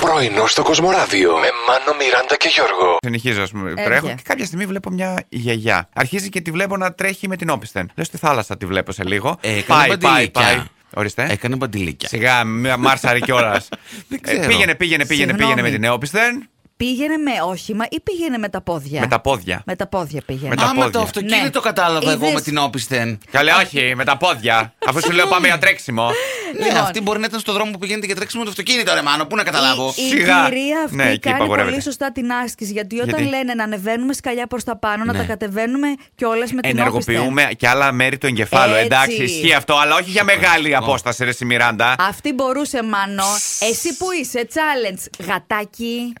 Πρωινό στο Κοσμοράδιο με Μάνο, Μιράντα και Γιώργο. Συνεχίζω, ας πούμε. Έρχε. Τρέχω και κάποια στιγμή βλέπω μια γιαγιά. Αρχίζει και τη βλέπω να τρέχει με την όπισθεν. Λέω στη θάλασσα τη βλέπω σε λίγο. Ε, έκανε πάει, πάει, μπαντιλίκια. πάει. Ορίστε. Έκανε μπαντιλίκια. Σιγά, μια μάρσαρη κιόλας. Δεν ξέρω. πήγαινε, πήγαινε, πήγαινε, Συγγνώμη. πήγαινε με την όπισθεν. Πήγαινε με όχημα ή πήγαινε με τα πόδια. Με τα πόδια. Με τα πόδια πήγαινε. Με τα Άμα το πόδια. αυτοκίνητο Ναι. κατάλαβα εγώ Είδες. με την όπισθεν. Καλέ, όχι, με τα πόδια. Αφού σου λέω πάμε για τρέξιμο. Ναι, Λοιπόν. αυτή μπορεί να ήταν στο δρόμο που πηγαίνετε για τρέξιμο με το αυτοκίνητο, ρε Μάνο. Πού να καταλάβω. Η, η Σιγά. κυρία αυτή Ναι, εκεί κάνει απαγορεύεται. πολύ σωστά την άσκηση. Γιατί όταν Γιατί? λένε να ανεβαίνουμε σκαλιά προς τα πάνω, να τα κατεβαίνουμε κιόλας με την όπισθεν. Ενεργοποιούμε και άλλα μέρη του εγκεφάλου. Έτσι. Εντάξει, ισχύει αυτό, αλλά όχι για μεγάλη απόσταση, ρε Σιμιράντα. Αυτή μπορούσε, Μάνο. Εσύ που είσαι, challenge, γατάκι. ε.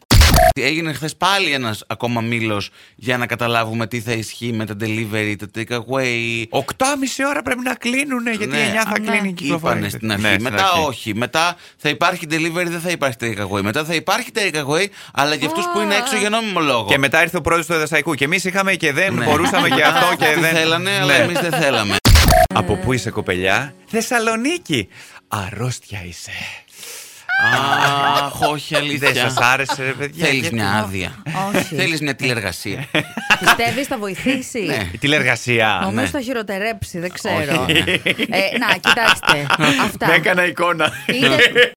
Έγινε χθες πάλι ένας ακόμα μήλος για να καταλάβουμε τι θα ισχύει με τα delivery, τα takeaway. 8,5 ώρα πρέπει να κλείνουνε, γιατί Ναι. 9 θα Ναι. κλείνει η κυκλοφορία. Είπανε στην αρχή. Ναι, στην Μετά αρχή. όχι. Μετά θα υπάρχει delivery, δεν θα υπάρχει takeaway. Μετά θα υπάρχει takeaway, αλλά για αυτούς που είναι έξω για νόμιμο λόγο. Και μετά ήρθε ο πρόεδρος του Εδεσαϊκού. Και εμείς είχαμε και δεν Ναι. μπορούσαμε και αυτό και Αυτοί δεν. θέλανε, αλλά Ναι. εμείς δεν θέλαμε. Από πού είσαι, κοπελιά? Θεσσαλονίκη. Αρρώστια είσαι. Αχ, όχι Δεν αλήθεια. σας άρεσε, ρε παιδιά. Θέλεις γιατί- μια άδεια. Όχι. Θέλεις μια τηλεργασία. Πιστεύεις θα βοηθήσει. Ναι. Η Ε, τηλεργασία. Νομίζω ναι. θα χειροτερέψει, δεν ξέρω. Όχι, ναι. ε, να, κοιτάξτε. Αυτά. Με έκανα εικόνα. Είδε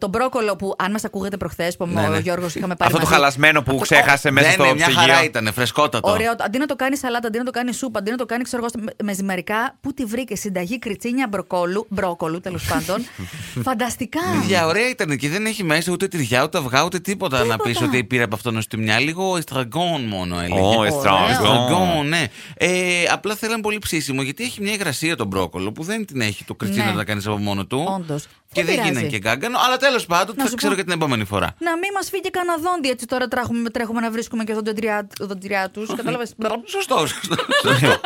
τον μπρόκολο που, αν μας ακούγατε προχθές, που Ναι, ο ναι. Γιώργος είχαμε πάρει. Αυτό το μαζί. χαλασμένο που Αυτό- ξέχασε μέσα Δεν στο είναι, Ναι, μια χαρά ψυγείο. ήταν, φρεσκότατο. Ωραίο. Αντί να το κάνει σαλάτα, αντί να το κάνει σούπα, αντί να το κάνει ξέρω εγώ, με- με ζυμερικά, πού τη βρήκε συνταγή κριτσίνια μπροκόλου, μπρόκολου τέλος πάντων. Φανταστικά. Για ωραία ήταν και δεν έχει μέσα ούτε τυριά, ούτε αυγά, ούτε τίποτα, να πεις Τίποτα. ότι πήρε από αυτόν ως τη μια. Λίγο εστραγκόν μόνο έλεγε. Ω, εστραγκόν. Εστραγκόν, ναι. Ε, απλά θέλαν πολύ ψήσιμο γιατί έχει μια υγρασία τον μπρόκολο που δεν την έχει το κριτσίνο Ναι. να τα κάνεις από μόνο του. Όντως. Και Δεν δεν πειράζει. γίνεται και γκάγκανο, αλλά τέλος πάντων Να θα σου ξέρω πω- για την επόμενη φορά. Να μην μας φύγει κανένα δόντι έτσι τώρα τρέχουμε, τρέχουμε να βρίσκουμε και δοντριά του. Κατάλαβε. Σωστό, σωστό. σωστό.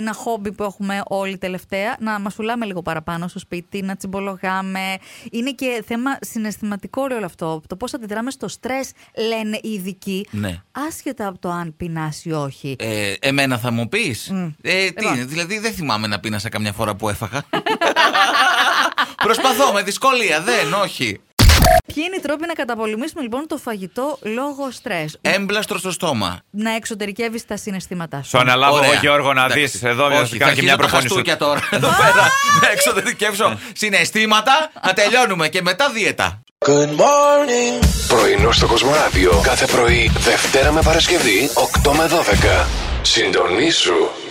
Ένα χόμπι που έχουμε όλοι τελευταία, να μασουλάμε λίγο παραπάνω στο σπίτι, να τσιμπολογάμε. Είναι και θέμα συναισθηματικό ρε όλο αυτό. Το πώς αντιδράμε στο στρες, λένε οι ειδικοί. Ναι. Άσχετα από το αν πεινάσει ή όχι. Ε, εμένα θα μου πεις. Ε, τι, Λοιπόν. δηλαδή δεν θυμάμαι να πίνασα καμιά φορά που έφαγα. Προσπαθώ με δυσκολία, δεν, όχι. Ποιοι είναι οι τρόποι να καταπολεμήσουμε λοιπόν το φαγητό λόγω στρες. Ε. Έμπλαστρο στο στόμα. Να εξωτερικεύεις τα συναισθήματά σου. Σου αναλάβω Ωραία. εγώ, Γιώργο, να δει Εντάξει. εδώ μια Όχι, σου κάνω θα και μια αρχίζω τα προφώνηση. χαστούκια τώρα. Εδώ πέρα. Να εξωτερικεύσω συναισθήματα, να τελειώνουμε και μετά δίαιτα. Πρωινό στο Κοσμοράδιο κάθε πρωί, Δευτέρα με Παρασκευή, 8 με 12. Συντονίσου